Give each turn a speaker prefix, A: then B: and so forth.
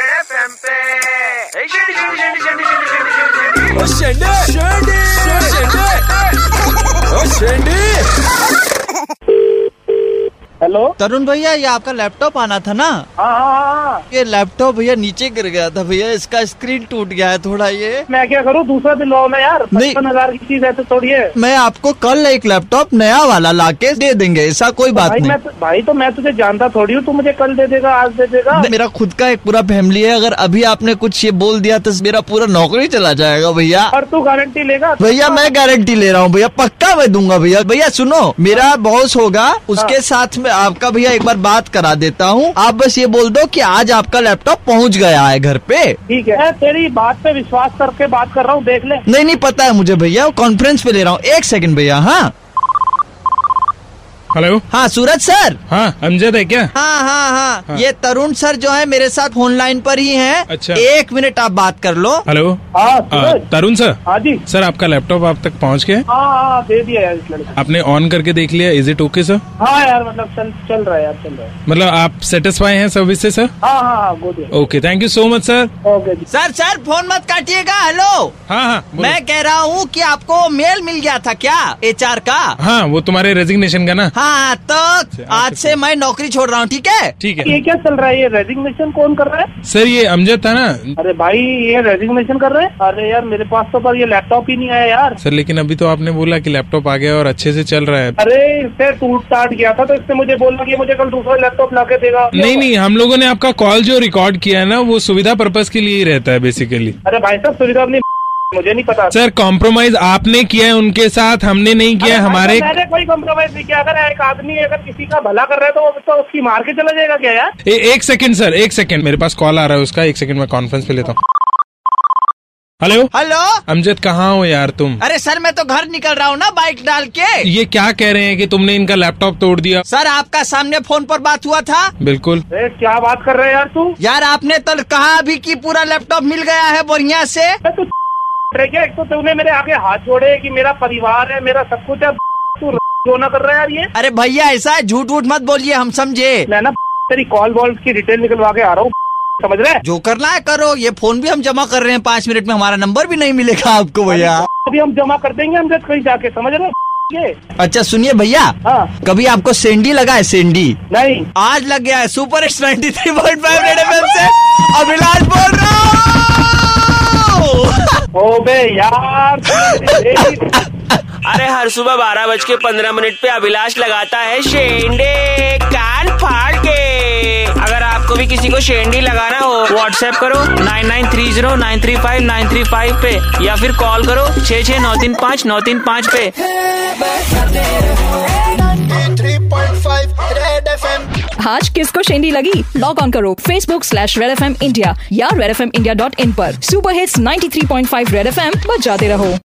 A: पे ए, शेंडी, शेंडी, शेंडी, शेंडी, शेंडी, शेंडी, शेंडी, शेंडी।
B: ओ शेंडे शेंडे शेंडे ओ शेंडे
C: हेलो
D: तरुण भैया ये आपका लैपटॉप आना था ना
C: हाँ हाँ हाँ हाँ।
D: ये लैपटॉप भैया नीचे गिर गया था भैया इसका स्क्रीन टूट गया है थोड़ा ये
C: मैं क्या करूँ दूसरा दिलवाओ ना यार
D: नहीं।
C: पचपन हजार की चीज ऐसे थोड़ी है
D: मैं आपको कल एक लैपटॉप नया वाला लाके दे देंगे ऐसा कोई बात
C: भाई
D: नहीं
C: मैं तो, भाई तो मैं तुझे जानता थोड़ी हूँ तू मुझे कल दे देगा आज दे देगा
D: मेरा खुद का एक पूरा फैमिली है अगर अभी आपने कुछ ये बोल दिया तो मेरा पूरा नौकरी चला जाएगा भैया
C: और तू गारंटी लेगा
D: भैया मैं गारंटी ले रहा हूँ भैया पक्का मैं दूंगा भैया भैया सुनो मेरा बॉस होगा
C: हाँ।
D: उसके साथ में आपका भैया एक बार बात करा देता हूँ आप बस ये बोल दो कि आज आपका लैपटॉप पहुँच गया है घर पे
C: ठीक है मैं तेरी बात पे विश्वास करके बात कर रहा हूँ देख ले
D: नहीं नहीं पता है मुझे भैया कॉन्फ्रेंस पे ले रहा हूँ एक सेकंड भैया हाँ
E: हेलो
D: हाँ सूरज सर
E: हाँ अमजद है क्या
D: हाँ हाँ हाँ,
E: हाँ।
D: ये तरुण सर जो है मेरे साथ फोन लाइन पर ही हैं
E: अच्छा।
D: एक मिनट आप बात कर लो
E: हेलो
C: हाँ
E: आ,
C: सूरज
E: तरुण सर
C: हाँ जी
E: सर आपका लैपटॉप आप तक पहुंच गया है?
C: हाँ हाँ हाँ, दे दिया यार इस लड़के
E: आपने ऑन करके देख लिया इज इट ओके सर
C: को। हाँ यार मतलब चल चल रहा है यार चल रहा है
E: मतलब आप सेटिस्फाई हैं सर्विस से सर
C: हाँ हाँ हाँ वो दिया
E: okay thank you so much sir
C: okay जी
D: सर सर फोन मत काटिएगा हेलो
E: हाँ हाँ बोलो।
D: मैं कह रहा हूँ कि आपको मेल मिल गया था क्या एचआर का
E: हाँ वो तुम्हारे रेजिग्नेशन का ना
D: हाँ तो आज से मैं नौकरी छोड़ रहा हूँ ठीक है
E: ठीक है
C: ये क्या चल रहा है ये रेजिग्नेशन कौन कर रहा है
E: सर ये अमजद था ना
C: अरे भाई ये रेजिग्नेशन कर रहे हैं अरे यार मेरे पास तो पर ये लैपटॉप ही नहीं आया यार
E: सर लेकिन अभी तो आपने बोला कि लैपटॉप आ गया और अच्छे से चल रहा है
C: अरे इससे टूट टाट गया था तो इसने मुझे बोला कि मुझे कल दूसरा लैपटॉप ला के देगा
E: नहीं नहीं हम लोगों ने आपका कॉल जो रिकॉर्ड किया है ना वो सुविधा पर्पज के लिए ही रहता है बेसिकली
C: अरे भाई साहब सुविधा अपनी मुझे नहीं पता
E: सर कॉम्प्रोमाइज आपने किया है उनके साथ हमने नहीं
C: अरे
E: किया है
C: भाई
E: हमारे
C: साहब, मैंने कोई कॉम्प्रोमाइज नहीं किया अगर एक आदमी अगर किसी का भला कर रहा है तो वो तो उसकी मार के चला जाएगा क्या यार
E: ए, एक सेकंड सर एक सेकंड मेरे पास कॉल आ रहा है उसका एक सेकंड मैं कॉन्फ्रेंस पे लेता हूँ हेलो
D: हेलो
E: अमजद कहाँ हो यार तुम
D: अरे सर मैं तो घर निकल रहा हूँ ना बाइक डाल के
E: ये क्या कह रहे हैं कि तुमने इनका लैपटॉप तोड़ दिया
D: सर आपका सामने फोन पर बात हुआ था
E: बिल्कुल
C: अरे क्या बात कर रहा है यार तू
D: यार आपने तो कहा अभी कि पूरा लैपटॉप मिल गया है बढ़िया से
C: अरे तू रह गया एक तो तूने मेरे आगे हाथ जोड़े कि मेरा परिवार है मेरा सब कुछ है तू रोना कर रहा है यार ये
D: अरे भैया ऐसा है झूठ वूठ मत बोलिए हम समझे
C: मैं ना तेरी कॉल वॉल की डिटेल निकलवा के आ रहा हूँ समझ रहे
D: जो करना है करो ये फोन भी हम जमा कर रहे हैं पाँच मिनट में हमारा नंबर भी नहीं मिलेगा आपको भैया
C: अभी हम जमा कर देंगे हम जब कहीं जाके समझ रहे हो ये
D: अच्छा सुनिए भैया
C: हाँ
D: कभी आपको सेंडी लगा है सेंडी
C: नहीं
D: आज लग गया है super hits 93.5 three point five red F से अभिलाष बोल रहा हूँ
C: ओबे यार
A: अरे हर सुबह बारह बज के पंद्रह मिनट पे अभिलाष लगाता है शेंडे कान फाड़ के अगर आपको भी किसी को शेंडी लगाना हो व्हाट्सएप करो nine nine three zero nine three five nine three five पे या फिर कॉल करो छः छः नौ तीन पाँच नौ तीन पाँच पे
F: 93.5 रेड एफएम
G: आज किसको शेंडी लगी लॉग ऑन करो Facebook slash red F M India या redfmindia.in पर super hits 93.5 red F M बजाते रहो